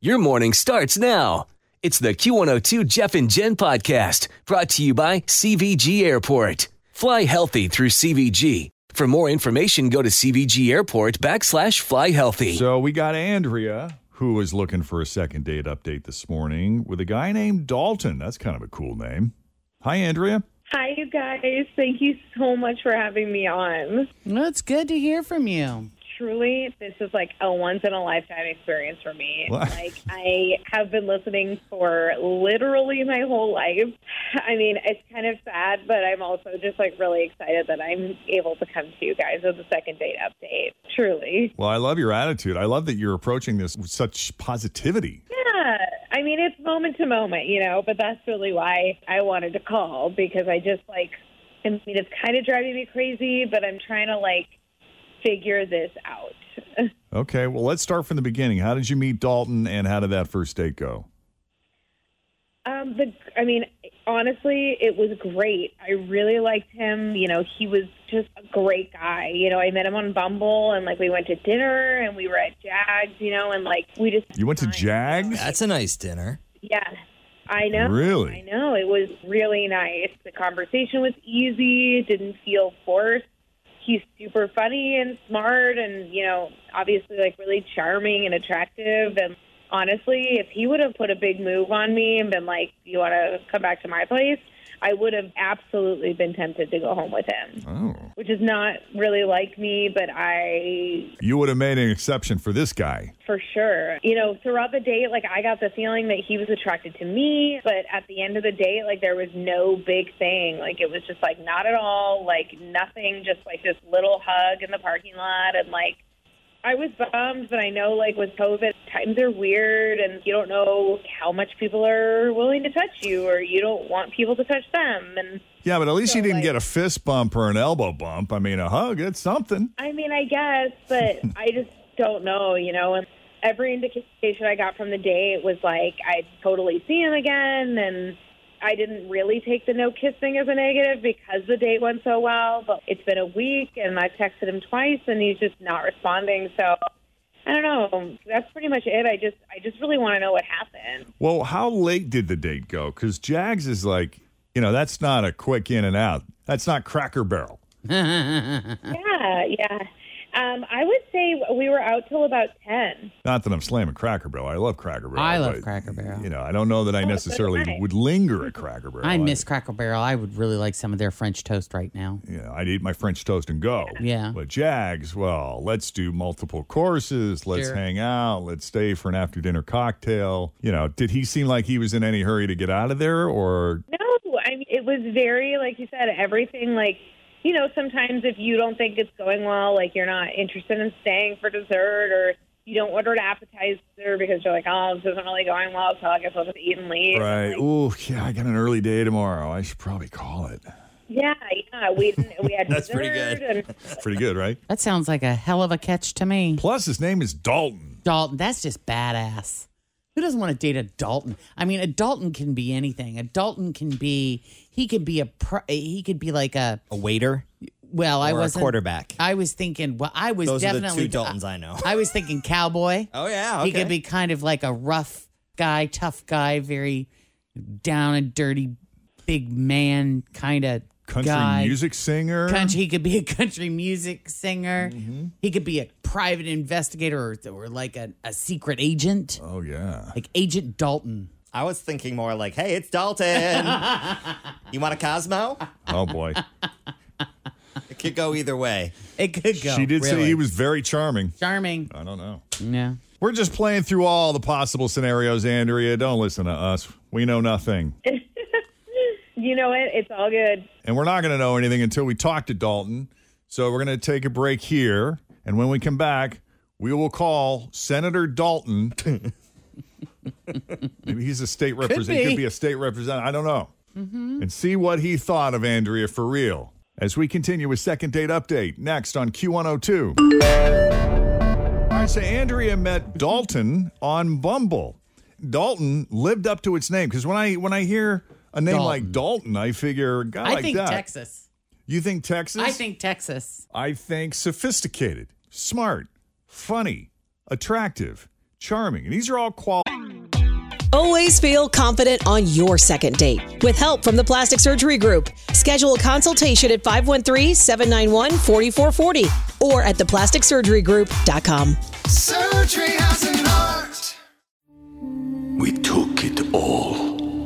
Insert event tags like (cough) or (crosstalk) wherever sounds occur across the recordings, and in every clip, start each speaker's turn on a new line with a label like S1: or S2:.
S1: Your morning starts now. It's the Q102 Jeff and Jen podcast brought to you by CVG Airport. Fly healthy through CVG. For more information, go to CVG Airport backslash fly healthy.
S2: So we got Andrea, who was looking for a second date update this morning with a guy named Dalton. That's kind of a cool name. Hi, Andrea.
S3: Hi, you guys. Thank you so much for having me on.
S4: Well, it's good to hear from (laughs) you.
S3: Truly, this is like a once in a lifetime experience for me.
S2: What?
S3: Like, I have been listening for literally my whole life. I mean, it's kind of sad, but I'm also just like really excited that I'm able to come to you guys with a second date update. Truly.
S2: Well, I love your attitude. I love that you're approaching this with such positivity.
S3: Yeah. I mean, it's moment to moment, you know, but that's really why I wanted to call because I just like, I mean, it's kind of driving me crazy, but I'm trying to like figure this out. (laughs)
S2: Okay, well, let's start from the beginning. How did you meet Dalton and how did that first date go?
S3: Um, the, I mean, honestly, it was great. I really liked him. You know, he was just a great guy. You know, I met him on Bumble, and like we went to dinner, and we were at Jags. You know, and like we just
S2: You went to Jags?
S5: That's a nice dinner.
S3: yeah. I know.
S2: Really?
S3: I know. It was really nice. The conversation was easy. It didn't feel forced. He's super funny and smart and, you know, obviously like really charming and attractive and honestly, if he would have put a big move on me and been like, "You want to come back to my place?" I would have absolutely been tempted to go home with him,
S2: Oh.
S3: which is not really like me, but I
S2: You would have made an exception for this guy.
S3: for sure. You know, throughout the date, like I got the feeling that he was attracted to me, but at the end of the date, like there was no big thing. Like it was just like not at all, like nothing, just like this little hug in the parking lot and like I was bummed, but I know like with COVID, times are weird and you don't know how much people are willing to touch you or you don't want people to touch them and
S2: Yeah, but at least
S3: So,
S2: you didn't
S3: like-
S2: get a fist bump or an elbow bump. I mean, a hug, it's something.
S3: I mean, I guess, but I just don't know, you know. And every indication I got from the date was like I'd totally see him again, and I didn't really take the no kiss thing as a negative because the date went so well. But it's been a week, and I've texted him twice, and he's just not responding. So I don't know. That's pretty much it. I just I just really want to know what happened.
S2: Well, how late did the date go? Because Jags is like, you know, that's not a quick in and out. That's not Cracker Barrel.
S3: Yeah, yeah. Um, I would say we were out till about ten.
S2: Not that I'm slamming Cracker Barrel. I love Cracker Barrel.
S4: I love
S2: but,
S4: Cracker Barrel.
S2: You know, I don't know that I necessarily
S3: I.
S2: would linger at Cracker Barrel.
S4: I miss Cracker Barrel. I would really like some of their French toast right now.
S2: You know, I'd eat my French toast and go.
S4: Yeah.
S2: But Jags, well, let's do multiple courses. Let's
S4: Sure.
S2: hang out. Let's stay for an after dinner cocktail. You know, did he seem like he was in any hurry to get out of there or
S3: No, I mean it was very like you said, everything like you know, sometimes if you don't think it's going well, like you're not interested in staying for dessert or you don't order an appetizer because you're like, Oh, this isn't really going well, so I guess I'll just eat and leave.
S2: Right. Ooh, yeah, I got an early day tomorrow. I should probably call it.
S3: Yeah, yeah. We didn't, we
S5: (laughs)
S3: had
S5: That's
S3: dessert
S5: pretty good.
S3: and
S2: Pretty good, right?
S4: That sounds like a hell of a catch to me.
S2: Plus his name is Dalton.
S4: Dalton, that's just badass. Who doesn't want to date a Dalton? I mean, a Dalton can be anything. A Dalton can be he could be a pro, he could be like a
S5: A waiter
S4: well, I
S5: or a
S4: wasn't
S5: quarterback.
S4: I was thinking well, I was
S5: Those are the
S4: definitely
S5: two Daltons I
S4: (laughs)
S5: know.
S4: I was thinking cowboy.
S5: Oh, yeah.
S4: He could be kind of like a rough guy, tough guy, very down and dirty, big man kind of
S2: country
S4: guy.
S2: music singer.
S4: Country, he could be a country music singer.
S2: Mm-hmm.
S4: He could be a private investigator or, or like a, a secret agent,
S2: Oh yeah.
S4: like Agent Dalton.
S6: I was thinking more like, hey, it's Dalton. you want a Cosmo?
S2: Oh boy.
S6: It could go either way.
S4: It could (laughs) go.
S2: she did say
S4: really.
S2: he was very charming.
S4: charming.
S2: I don't know.
S4: Yeah.
S2: We're just playing through all the possible scenarios, Andrea. Don't listen to us. We know nothing.
S3: (laughs) You know what? It's all good.
S2: And we're not going to know anything until we talk to Dalton. So we're going to take a break here. And when we come back, we will call Senator Dalton. (laughs) Maybe he's a state representative. Could
S4: be.
S2: be a state representative. I don't know. Mm-hmm. And see what he thought of Andrea for real. As we continue with Second Date Update next on Q102. All right, so Andrea met Dalton on Bumble. Dalton lived up to its name because when I when I hear a name
S4: Dalton.
S2: like Dalton, I figure a guy
S4: I
S2: like
S4: think
S2: that.
S4: Texas.
S2: You think Texas?
S4: I think Texas.
S2: I think sophisticated, smart, funny, attractive, charming. These are all qual.
S5: Always feel confident on your second date. With help from the Plastic Surgery Group, schedule a consultation at 513 791 4440 or at theplasticsurgerygroup.com.
S7: Surgery has an art.
S8: We took it all.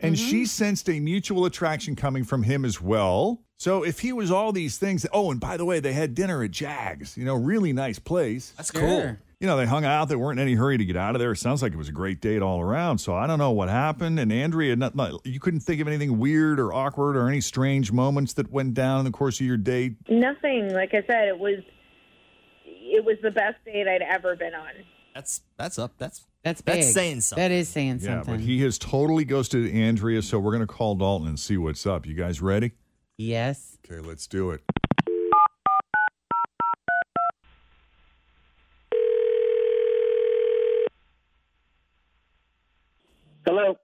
S2: And she sensed a mutual attraction coming from him as well. So if he was all these things, oh, and by the way, they had dinner at Jags, you know, really nice place.
S6: That's
S4: Sure.
S2: You know, they hung out. They weren't in any hurry to get out of there. It sounds like it was a great date all around. So I don't know what happened. And Andrea, not, not- you couldn't think of anything weird or awkward or any strange moments that went down in the course of your date.
S3: Nothing. Like I said, it was it was the best date I'd ever been on.
S6: That's that's up. That's
S4: That's big.
S6: That's saying something.
S4: That is saying
S2: Yeah,
S4: something.
S2: but he has totally ghosted Andrea. So we're going to call Dalton and see what's up. You guys ready?
S4: yes.
S2: Okay, let's do it.
S9: Hello.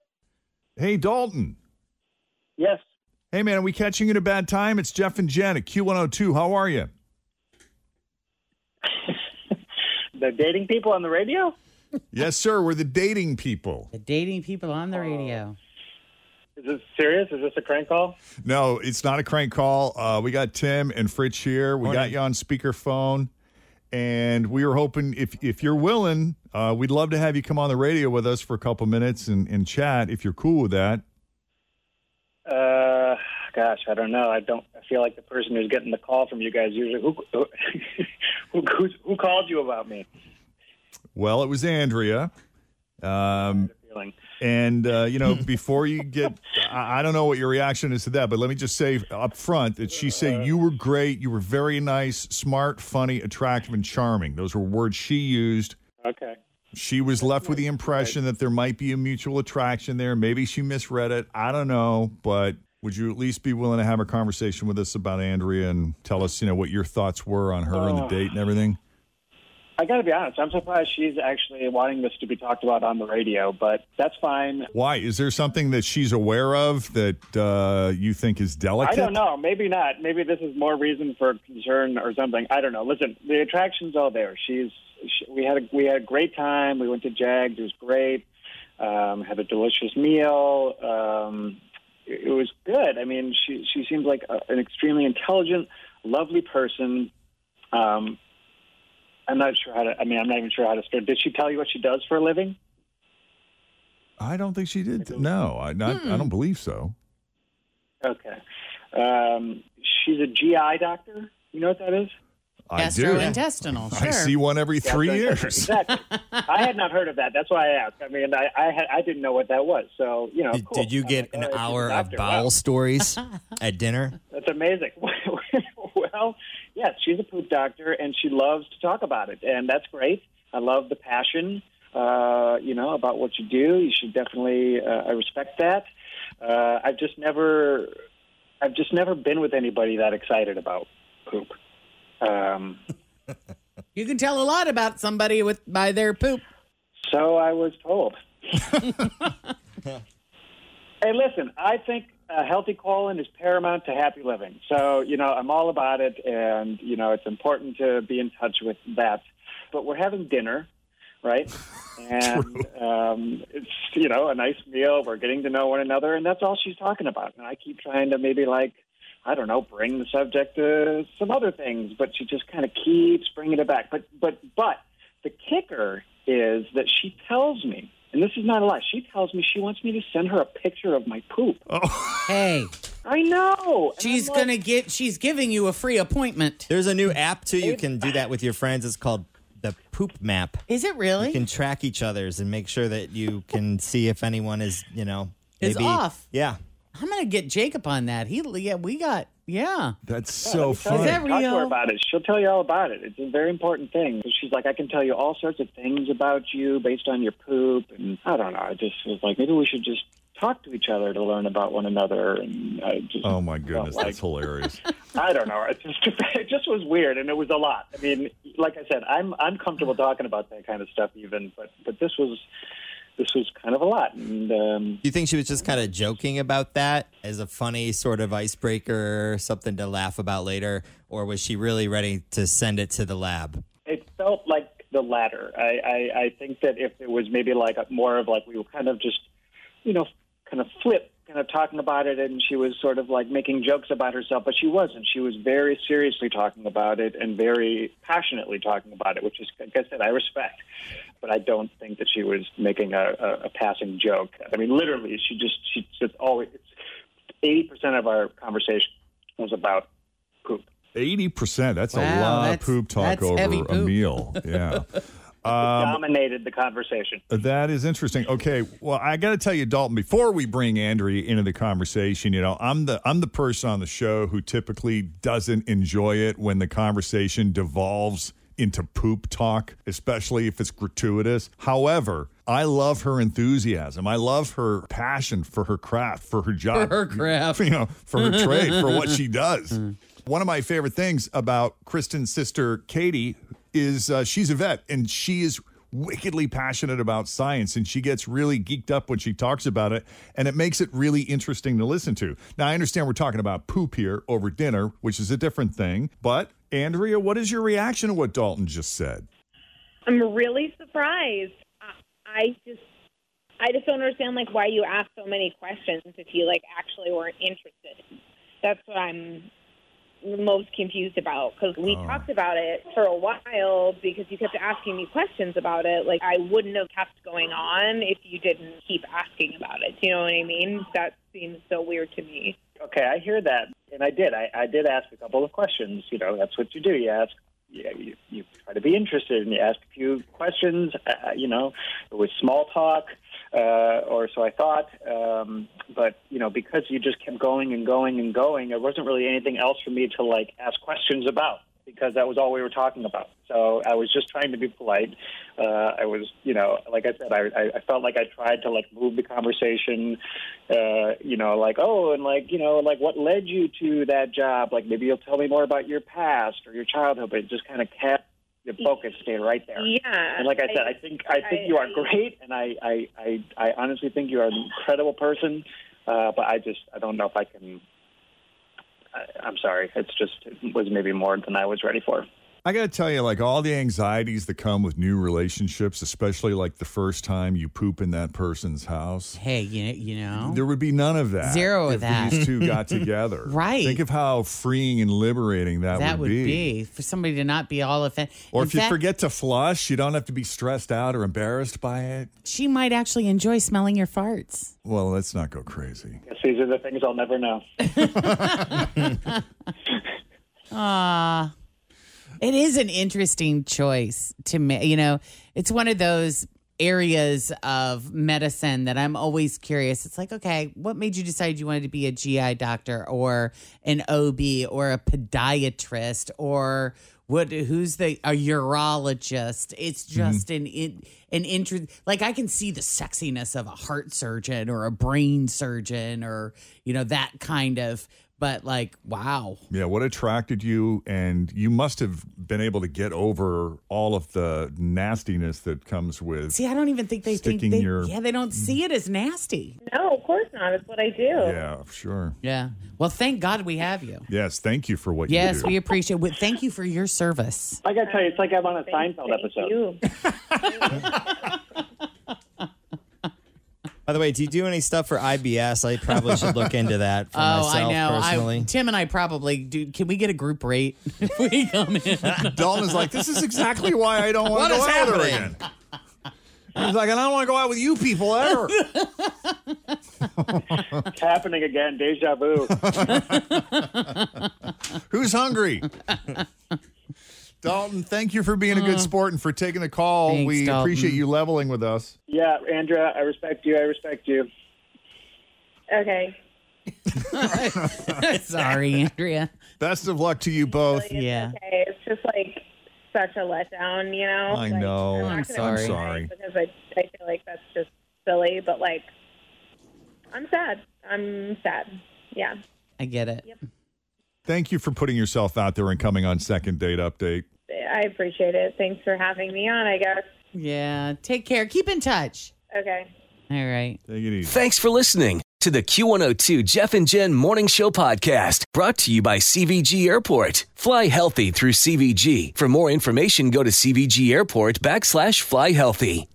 S2: Hey, Dalton.
S9: Yes.
S2: Hey, man, are we catching you at a bad time? It's Jeff and Jen at Q102. How are you?
S9: They're dating people on the radio?
S2: Yes, sir. We're the dating people.
S4: The dating people on the radio.
S9: Is this serious? Is this a crank call?
S2: No, it's not a crank call. Uh, we got Tim and Fritch here. We got you on speakerphone. And we were hoping if, if you're willing, uh, we'd love to have you come on the radio with us for a couple minutes and, and chat if you're cool with that.
S9: Uh, gosh, I don't know. I don't. I feel like the person who's getting the call from you guys usually who who (laughs) who, who, who called you about me.
S2: Well, it was Andrea. Um,
S9: Feeling.
S2: And uh, you know, before you get,
S9: (laughs)
S2: I, I don't know what your reaction is to that, but let me just say up front that she said you were great, you were very nice, smart, funny, attractive, and charming. Those were words she used.
S9: Okay.
S2: She was left with the impression that there might be a mutual attraction there. Maybe she misread it. I don't know, but would you at least be willing to have a conversation with us about Andrea and tell us, you know, what your thoughts were on her and
S9: Oh.
S2: the date and everything?
S9: I got to be honest. I'm surprised she's actually wanting this to be talked about on the radio, but that's fine.
S2: Why is there something that she's aware of that uh, you think is delicate?
S9: I don't know. Oh, Maybe not. Maybe this is more reason for concern or something. I don't know. Listen, the attraction's all there. She's she, we had a, we had a great time. We went to Jags. It was great. Um, had a delicious meal. Um, it, it was good. I mean, she she seems like a, an extremely intelligent, lovely person. Um, I'm not sure how to. I mean, I'm not even sure how to start. Did she tell you what she does for a living?
S2: I don't think she did. No, I not, I don't
S9: Hmm.
S2: believe so.
S9: Okay. Um, she's a GI doctor. You know what that is?
S2: I do.
S4: Gastrointestinal. Sure.
S2: I see one every three
S9: That's-
S2: years.
S9: Exactly.
S6: (laughs)
S9: I had not heard of that. That's why I asked. I mean, I I, had, I didn't know what that was. So you know,
S6: Did,
S9: cool. (laughs)
S6: did you
S9: I'm
S6: get
S9: like,
S6: an
S9: oh, she's a
S6: hour of
S9: doctor.
S6: bowel
S9: Wow.
S6: stories at dinner?
S9: That's amazing. (laughs) well, yes, she's a poop doctor, and she loves to talk about it, and that's great. I love the passion, uh, you know, about what you do. You should definitely. Uh, I respect that. Uh, I've just never I've just never been with anybody that excited about poop. Um,
S4: You can tell a lot about somebody with by their poop.
S9: So I was told. Hey, listen, I think a healthy colon is paramount to happy living. So, you know, I'm all about it, and, you know, it's important to be in touch with that. But we're having dinner, right? And um, it's, you know, a nice meal. We're getting to know one another, and that's all she's talking about. And I keep trying to maybe, like, I don't know, bring the subject to some other things, but she just kind of keeps bringing it back. But, but, but the kicker is that she tells me, and this is not a lie, she tells me she wants me to send her a picture of my poop.
S2: Oh.
S4: Hey.
S9: I know.
S4: She's gonna get she's giving you a free appointment.
S6: There's a new app too. You can do that with your friends. It's called the poop map.
S4: Is it really?
S6: You can track each other's and make sure that you can see if anyone is, you know,
S4: Is
S6: maybe-
S4: off.
S6: Yeah.
S4: I'm gonna get Jacob on that. He yeah, we got yeah.
S2: That's
S4: so
S9: Tell
S4: Is
S9: her-
S4: that
S9: Talk to her
S4: real?
S9: about it. She'll tell you all about it. It's a very important thing. She's like, I can tell you all sorts of things about you based on your poop, and I don't know. I just was like, maybe we should just talk to each other to learn about one another. And I just,
S2: Oh my goodness,
S9: like-
S2: that's
S9: (laughs)
S2: hilarious.
S9: I don't know. It just, (laughs) it just was weird, and it was a lot. I mean, like I said, I'm I'm comfortable talking about that kind of stuff, even, but but this was this was kind of a lot. And um,
S6: Do you think she was just kind of joking about that as a funny sort of icebreaker, something to laugh about later, or was she really ready to send it to the lab?
S9: It felt like the latter. I, I, I think that if it was maybe like a, more of like we were kind of just, you know, kind of flip, kind of talking about it, and she was sort of like making jokes about herself, but she wasn't. She was very seriously talking about it and very passionately talking about it, which is, like I said, I respect. But I don't think that she was making a, a, a passing joke. I mean, literally, she just she just always. Eighty percent of our conversation was about
S2: Eighty percent. That's a
S9: Wow,
S2: lot of
S9: that's-
S2: poop talk
S9: that's
S2: over
S9: heavy
S2: a
S9: poop.
S2: meal.
S9: (laughs)
S2: Yeah. Um,
S9: dominated the conversation.
S2: That is interesting. Okay, well, I got to tell you, Dalton. Before we bring Andrea into the conversation, you know, I'm the I'm the person on the show who typically doesn't enjoy it when the conversation devolves into poop talk, especially if it's gratuitous. However, I love her enthusiasm. I love her passion for her craft, for her job,
S4: For her
S2: (laughs)
S4: craft.
S2: you know, for her trade, for what she does. One of my favorite things about Kristen's sister, Katie, is uh, she's a vet and she is wickedly passionate about science and she gets really geeked up when she talks about it and it makes it really interesting to listen to. Now, I understand we're talking about poop here over dinner, which is a different thing, but Andrea, what is your reaction to what Dalton just said?
S3: I'm really surprised. I, I just, I just don't understand like why you ask so many questions if you like actually weren't interested. That's what I'm most confused about because we
S10: Oh.
S3: talked about it for a while because you kept asking me questions about it. Like I wouldn't have kept going on if you didn't keep asking about it. Do you know what I mean? That seems so weird to me.
S9: okay, I hear that, and I did. I, I did ask a couple of questions. You know, that's what you do. You ask, you, you, you try to be interested, and you ask a few questions. Uh, you know, it was small talk, uh, or so I thought. Um, but you know, because you just kept going and going and going, there wasn't really anything else for me to like ask questions about because that was all we were talking about. So I was just trying to be polite. Uh, I was, you know, like I said, I, I, I felt like I tried to like move the conversation, uh, you know, like oh, and like you know, like what led you to that job? Like maybe you'll tell me more about your past or your childhood. But it just kind of kept the focus stayed right there.
S3: Yeah.
S9: And like I said, I, think I think you are
S3: I-
S9: great, and I, I I I honestly think you are an incredible person. Uh, but I just I don't know if I can. I, I'm sorry. It's just it was maybe more than I was ready for.
S2: I got to tell you, like all the anxieties that come with new relationships, especially like the first time you poop in that person's house.
S4: Hey, you you know.
S2: There would be none of that.
S4: Zero of
S2: if
S4: that.
S2: These two
S4: (laughs)
S2: got together.
S4: Right.
S2: Think of how freeing and liberating that,
S4: that would be. for somebody to not be all offended.
S2: Or if you forget to flush, you don't have to be stressed out or embarrassed by it.
S4: she might actually enjoy smelling your farts.
S2: Well, let's not go crazy.
S9: Yes, these are the things I'll never know.
S4: Ah. It is an interesting choice to me. You know, it's one of those areas of medicine that I'm always curious. It's like, okay, what made you decide you wanted to be a GI doctor or an OB or a podiatrist or what who's the a urologist? It's just an in, an interest like I can see the sexiness of a heart surgeon or a brain surgeon or you know that kind of But like, wow.
S2: Yeah, what attracted you? And you must have been able to get over all of the nastiness that comes with.
S4: See, I don't even think they
S2: Sticking
S4: think they,
S2: your-
S4: yeah, they don't see it as nasty.
S3: No, of course not. It's what I do.
S2: Yeah, sure.
S4: Yeah. Well, thank God we have you.
S2: Yes, thank you for what you
S4: yes,
S2: do.
S4: we appreciate it. Thank you for your service.
S9: I gotta tell you, it's like I'm on a Seinfeld episode. (laughs)
S6: By the way, do you do any stuff for IBS? I probably should look into that for
S4: (laughs) oh, I
S6: myself
S4: know. I,
S6: personally.
S4: Tim and I probably do. Can we get a group rate (laughs) if we come in?
S2: Dalton is like, this is exactly why I
S4: (laughs)
S2: don't want
S4: What
S2: to
S4: is
S2: go out with her
S4: happening?
S2: again. He's like, I don't want to go out with you people ever.
S4: (laughs)
S9: It's happening again. Deja vu.
S2: Who's
S4: (laughs)
S2: hungry? Dalton, thank you for being a good sport and for taking the call.
S4: Mm. Thanks,
S2: we
S4: Dalton.
S2: appreciate you leveling with us.
S9: yeah, Andrea, I respect you. I respect you.
S3: Okay.
S4: Sorry, Andrea.
S2: Best of luck to you both.
S4: Yeah.
S3: Okay. It's just like such a letdown, you
S2: I
S3: know? Like,
S2: know.
S3: not
S4: I'm
S3: gonna
S4: sorry.
S2: I'm
S3: cry
S2: sorry.
S3: Because I, I feel like that's just silly, but like, I'm sad. I'm sad. Yeah.
S4: I get it.
S2: Thank you for putting yourself out there and coming on Second Date Update.
S3: I appreciate it. Thanks for having me on, I guess.
S4: Yeah. Take care. Keep in touch.
S3: Okay.
S4: All right.
S2: Take it easy.
S1: Thanks for listening to the Q102 Jeff and Jen Morning Show podcast brought to you by CVG Airport. Fly healthy through CVG. For more information, go to CVG Airport backslash fly healthy.